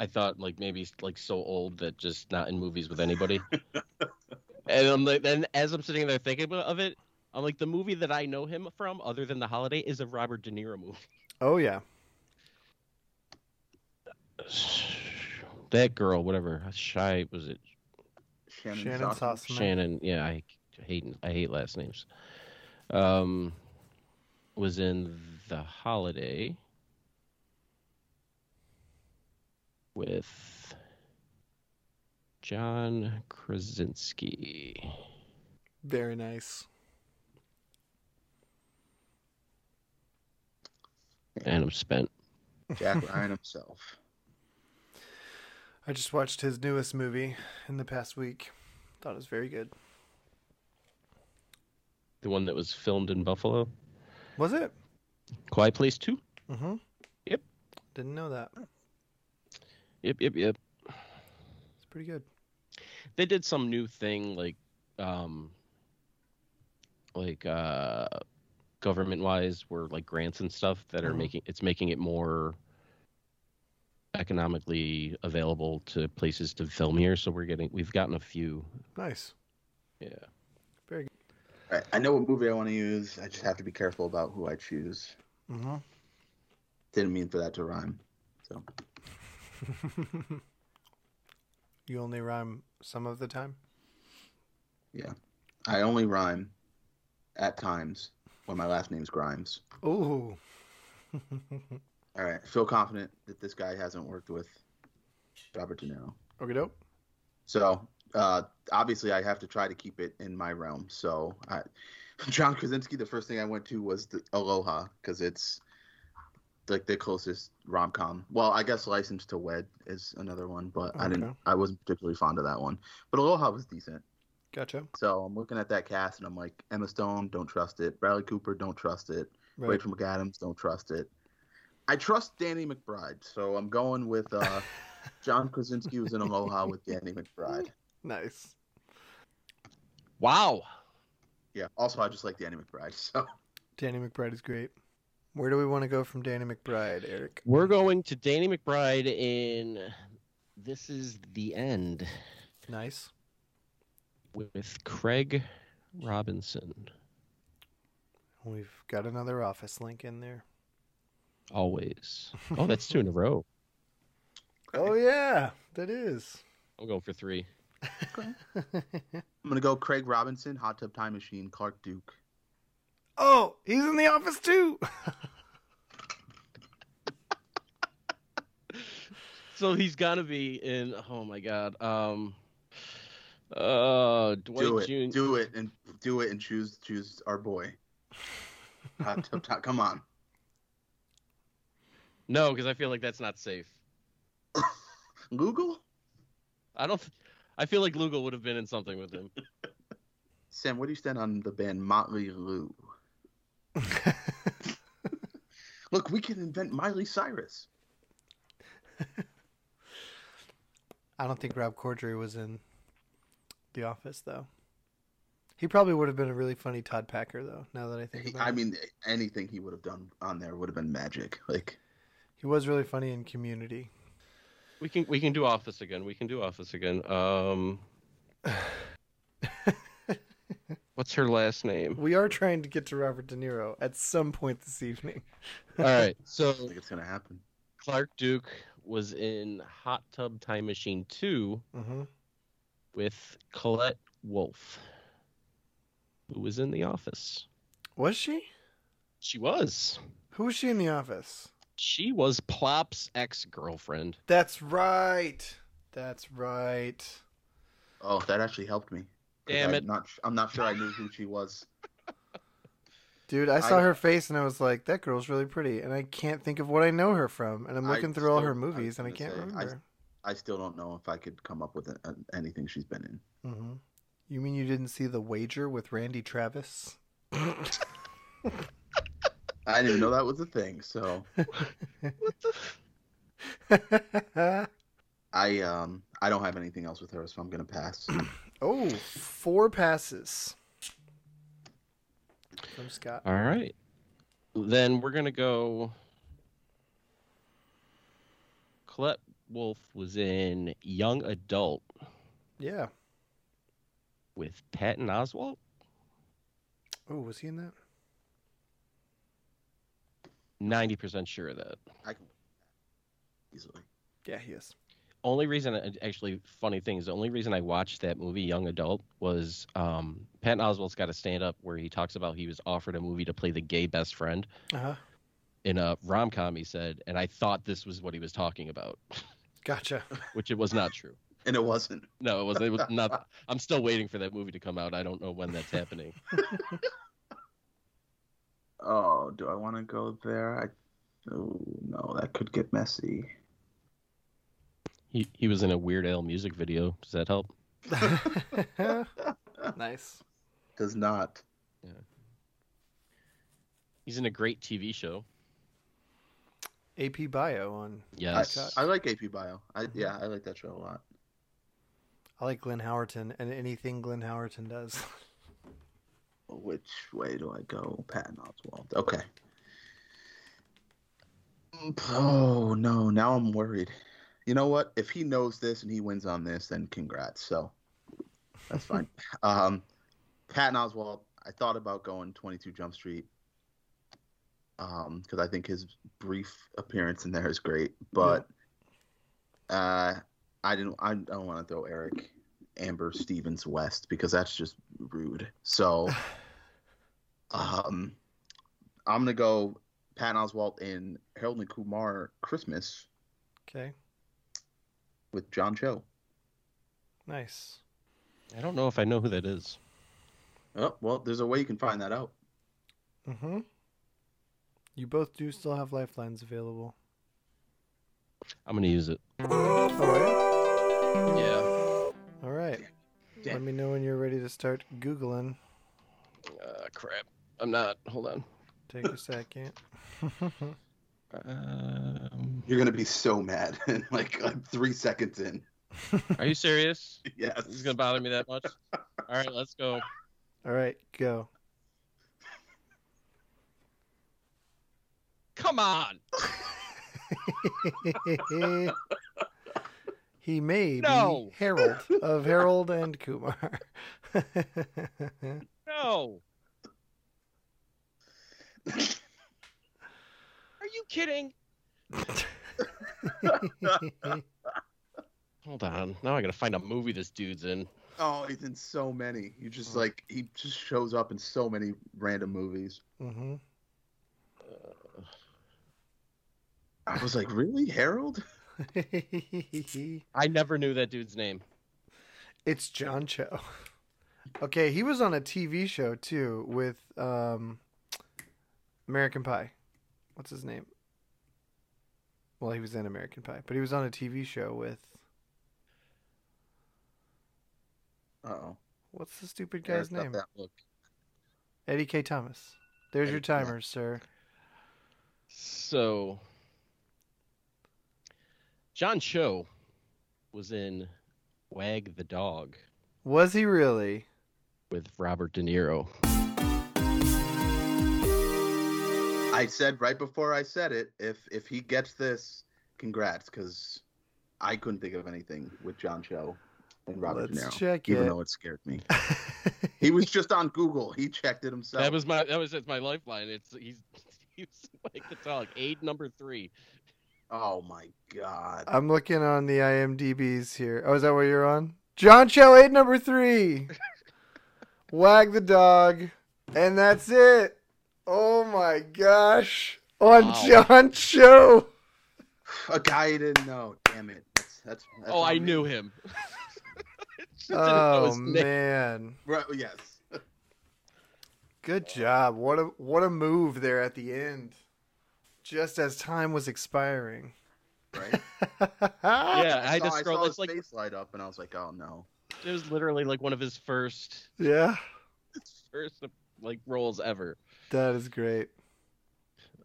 I thought like maybe like so old that just not in movies with anybody. and I'm like, then as I'm sitting there thinking about- of it, I'm like, the movie that I know him from, other than The Holiday, is a Robert De Niro movie. oh yeah. That girl, whatever, shy was it? Shannon, Shannon Sossaman. Sossaman. Shannon. Yeah, I hate I hate last names. Um, was in the holiday with John Krasinski. Very nice. And I'm spent. Jack Ryan himself. (laughs) I just watched his newest movie in the past week. Thought it was very good. The one that was filmed in Buffalo. Was it? Quiet Place 2? Mm-hmm. Yep. Didn't know that. It's Yep, yep, yep. pretty good. They did some new thing like um like uh government wise where like grants and stuff that are Mhm. making it's making it more economically available to places to film here so we're getting we've gotten a few Nice. yeah All right, I know what movie I want to use. I just have to be careful about who I choose. Mm-hmm. Didn't mean for that to rhyme. So (laughs) You only rhyme some of the time. I only rhyme at times when my last name's Grimes. Ooh. (laughs) All right, feel confident that this guy hasn't worked with Robert De Niro. okay, dope. So uh, obviously, I have to try to keep it in my realm. So I, (laughs) John Krasinski, the first thing I went to was the Aloha because it's like the closest rom com. Well, I guess License to Wed is another one, but I didn't. Okay. I wasn't particularly fond of that one. But Aloha was decent. Gotcha. So I'm looking at that cast and I'm like, Emma Stone, don't trust it. Bradley Cooper, don't trust it. Right. Rachel McAdams, don't trust it. I trust Danny McBride, so I'm going with (laughs) uh, John Krasinski was in Aloha with Danny McBride. Nice. wow Yeah. Also, I just like Danny McBride. (laughs) So Danny McBride is great. Where do we want to go from Danny McBride, Eric? We're going to Danny McBride in This is the End Nice. with Craig Robinson. We've got another office link in there. Always. Oh, that's two in a row. Oh yeah, that is. I'll go for three. I'm gonna go Craig Robinson, Hot Tub Time Machine, Clark Duke. oh, he's in the office too. (laughs) So he's gonna be in oh my god. Um uh Dwight Do it, Jun- do it, and do it, and choose choose (laughs) our boy. Hot Tub Time. Come on. No, because I feel like that's not safe. Google. I don't th- I feel like Lugal would have been in something with (laughs) him. Sam, what do you stand on the band (laughs) Motley Lou? Look, we can invent Miley Cyrus. I don't think Rob Corddry was in the office though. He probably would have been a really funny Todd Packer though. Now that I think about I it, mean, anything he would have done on there would have been magic. Like, he was really funny in Community. We can we can do office again. We can do office again. (sighs) Um What's her last name? We are trying to get to Robert De Niro at some point this evening. All right. So I think it's gonna happen. Clark Duke was in Hot Tub Time Machine 2 Mm-hmm. with Colette Wolfe, who was in The Office. Was she? She was. Who was she in the office? She was Plop's ex girlfriend. That's right. That's right. Oh, that actually helped me. 'Cause Damn I'm it. Not, I'm not sure I knew who she was. Dude, I saw I- her face and I was like, that girl's really pretty. And I can't think of what I know her from. And I'm I looking through all still- her I was movies and I gonna can't say, I- remember. I still don't know if I could come up with a, a- anything she's been in. hmm You mean you didn't see The Wager with Randy (laughs) Travis? I didn't even know that was a thing. So What the? F- oh, I um I don't have anything else with her, so I'm gonna pass. Oh, four passes from Scott. Uh, All right. Then we're going to go. Colette Wolfe was in Young Adult Yeah. with Patton Oswalt. Oh, was he in that? 90% sure of that. I can easily. Yeah, he is. only reason and actually funny thing is the only reason I watched that movie Young Adult was um Patton Oswald's got a stand up where he talks about he was offered a movie to play the gay best friend Uh Uh-huh. huh. in a rom com he said, and I thought this was what he was talking about, (laughs) Gotcha. which it was not true. and it wasn't. No, it wasn't. It was not. I'm still waiting for that movie to come out. I don't know when that's happening. Oh, do I want to go there? I oh, no, that could get messy. He he was in a Weird Al music video. Does that help? nice. Does not. He's in a great TV show. AP Bio on. I, Yes. Hitchcock. I like AP Bio. I yeah, I like that show a lot. I like Glenn Howerton and anything Glenn Howerton does. (laughs) Which way do I go? Patton Oswald. Okay. Oh no, now I'm worried. You know what? If he knows this and he wins on this, then congrats. So that's fine. um, Patton Oswald. I thought about going 22 Jump Street because I think his brief appearance in there is great, but uh, I didn't. I don't want to throw Eric Amber Stevens West because that's just rude. So. Um, I'm gonna go Pat Oswalt in Harold and Kumar Christmas Okay, with John Cho. nice. I don't know if I know who that is. Oh well, there's a way you can find that out. Mm-hmm. You both do still have lifelines available. I'm gonna use it. All right. Yeah. Uh, All right. Yeah. Let me know when you're ready to start Googling. Uh, crap. I'm not. Hold on. Take a second. (laughs) Um, You're gonna be so mad (laughs) in like, like three seconds in. are you serious? Yes. This is gonna bother me that much. All right, let's go. All right, go. (laughs) Come on. he may No. be Harold of Harold and Kumar. (laughs) (laughs) No. Are you kidding? Hold on. Now I gotta find a movie this dude's in. Oh, he's in so many. You just like he just shows up in so many random movies. hmm I was like, really, Harold? I never knew that dude's name. It's John Cho. Okay, he was on a TV show too with um, American Pie. What's his name? Well, he was in American Pie, but he was on a TV show with Uh oh. what's the stupid guy's name? That look. Eddie K. Thomas. There's your Eddie K. timer, sir. So, John Cho was in Wag the Dog Was he really? with Robert De Niro. I said right before I said it, if if he gets this, congrats, because I couldn't think of anything with John Cho and Robert De Let's Niro, check even it. though it scared me. He was just on Google. He checked it himself. That was my that was just my lifeline. It's he's (laughs) he's like the dog. Aid number three. oh my god! I'm looking on the IMDb's here. Oh, is that what you're on? John Cho, aid number (laughs) three. Wag the dog, and that's it. Oh my gosh, on Wow. John Cho. (laughs) A guy I didn't know. Damn it! That's that's. that's oh, on I me. knew (laughs) him. Just didn't know Oh his name. man, Right, oh, yes. good job. What a what a move there at the end, just as time was expiring. (laughs) Right. Yeah, (laughs) I, had to saw- scroll. saw It's his like face light up, and I was like, "Oh no!" it was literally like one of his first yeah, first like roles ever that is great.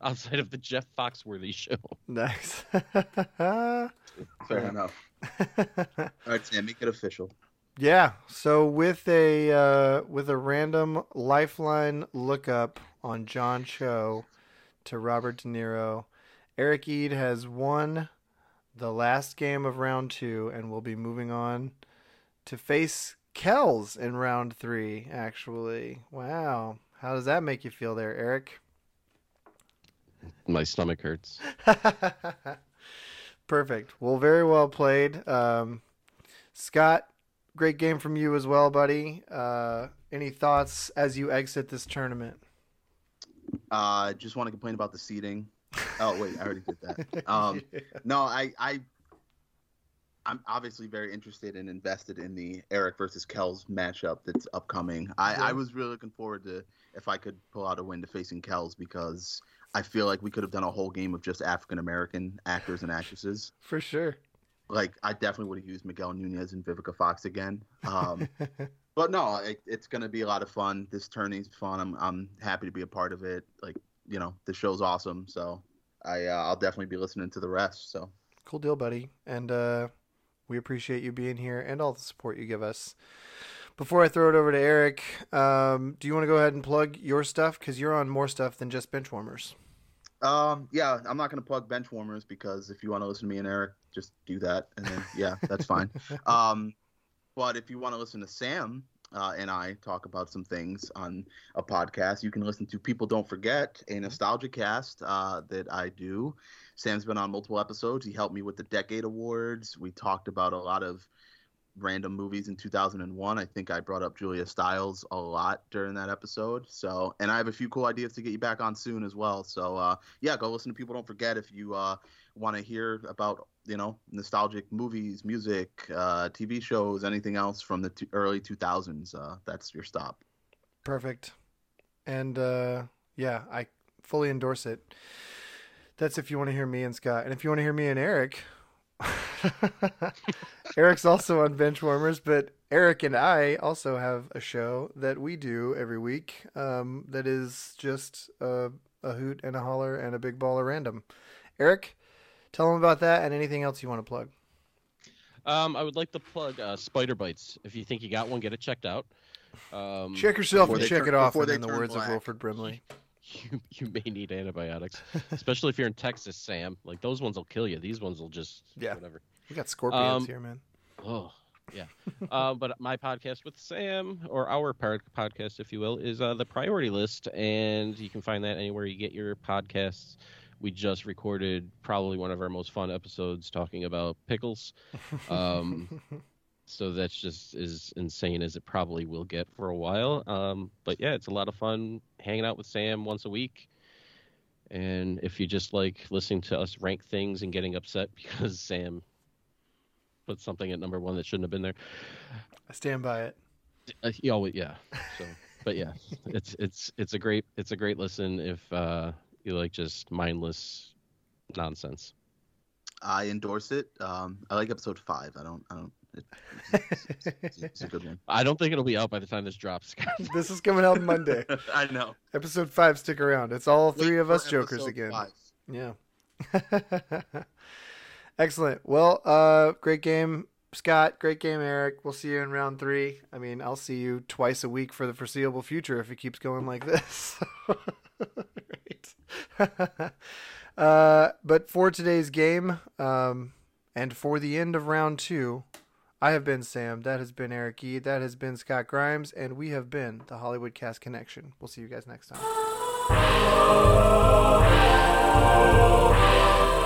outside of the Jeff Foxworthy show. (laughs) Nice. (laughs) Fair Yeah. enough. All right, Sam, make it official. Yeah. So with a uh, with a random lifeline lookup on John Cho to Robert De Niro, Eric Eade has won the last game of round two and will be moving on to face Kells in round three. Actually, wow. How does that make you feel there, Eric? My stomach hurts. (laughs) Perfect. Well, very well played. Um, Scott, great game from you as well, buddy. Uh, any thoughts as you exit this tournament? Uh, just want to complain about (laughs) the Um, seating. Oh wait, I already did that. Um, No, I I I'm obviously very interested and invested in the Eric versus Kells matchup that's upcoming. I, Yeah. I was really looking forward to if I could pull out a win to facing Kells because I feel like we could have done a whole game of just African American actors and actresses. for sure. Like I definitely would have used Miguel Nunez and Vivica Fox again. Um, but no, it, it's going to be a lot of fun. This tourney's fun. I'm I'm happy to be a part of it. Like you know, the show's awesome. So I uh, I'll definitely be listening to the rest. So (laughs) Cool deal, buddy. And uh, we appreciate you being here and all the support you give us. Before I throw it over to Eric, um, do you want to go ahead and plug your stuff? Because you're on more stuff than just bench warmers. Um, yeah, I'm not gonna plug bench warmers because if you want to listen to me and Eric, just do that, and then yeah, that's fine. Um, but if you want to listen to Sam uh, and I talk about some things on a podcast, you can listen to People Don't Forget, a nostalgia cast uh, that I do. Sam's been on multiple episodes. He helped me with the Decade Awards. We talked about a lot of random movies in 2001. I think I brought up Julia Stiles a lot during that episode. So, and I have a few cool ideas to get you back on soon as well. So, uh, yeah, go listen to People Don't Forget if you uh, want to hear about you know nostalgic movies, music, uh, TV shows, anything else from the t- early 2000s. Uh, that's your stop. Perfect. And uh, yeah, I fully endorse it. That's if you want to hear me and Scott. And if you want to hear me and Eric, (laughs) Eric's also on Benchwarmers, but Eric and I also have a show that we do every week um, that is just a, a hoot and a holler and a big ball of random. Eric, tell them about that and anything else you want to plug. Um, I would like to plug uh, Spider Bites. If you think you got one, get it checked out. Um, Check yourself Before and they check turn- it off, before and they in the turn words of black. Wilford Brimley. (laughs) You, you may need antibiotics, especially if you're in Texas, Sam. Like those ones will kill you. These ones will just Yeah. whatever. We got scorpions Um, here, man. Oh, yeah. uh, but my podcast with Sam, or our par- podcast, if you will, is uh, the Priority List, and you can find that anywhere you get your podcasts. We just recorded probably one of our most fun episodes talking about pickles. (laughs) Um, so that's just as insane as it probably will get for a while. Um, but yeah, it's a lot of fun hanging out with Sam once a week. And if you just like listening to us rank things and getting upset (laughs) because Sam put something at number one that shouldn't have been there. I stand by it. Uh, he always, yeah. So, but yeah, it's it's it's a great it's a great listen if uh, you like just mindless nonsense. I endorse it. Um, I like episode five. I don't. I don't. It, it's, it's a good one. I don't think it'll be out by the time this drops. (laughs) this is coming out Monday. (laughs) I know. Episode five, stick around. It's all three Wait of us for jokers episode again. five. Yeah. (laughs) Excellent. Well, uh, great game, Scott. Great game, Eric. We'll see you in round three. I mean, I'll see you twice a week for the foreseeable future if it keeps going like this. (laughs) Right. (laughs) uh, but for today's game, um, and for the end of round two, I have been Sam. That has been Eric E. That has been Scott Grimes, and we have been the Hollywood Cast Connection. We'll see you guys next time.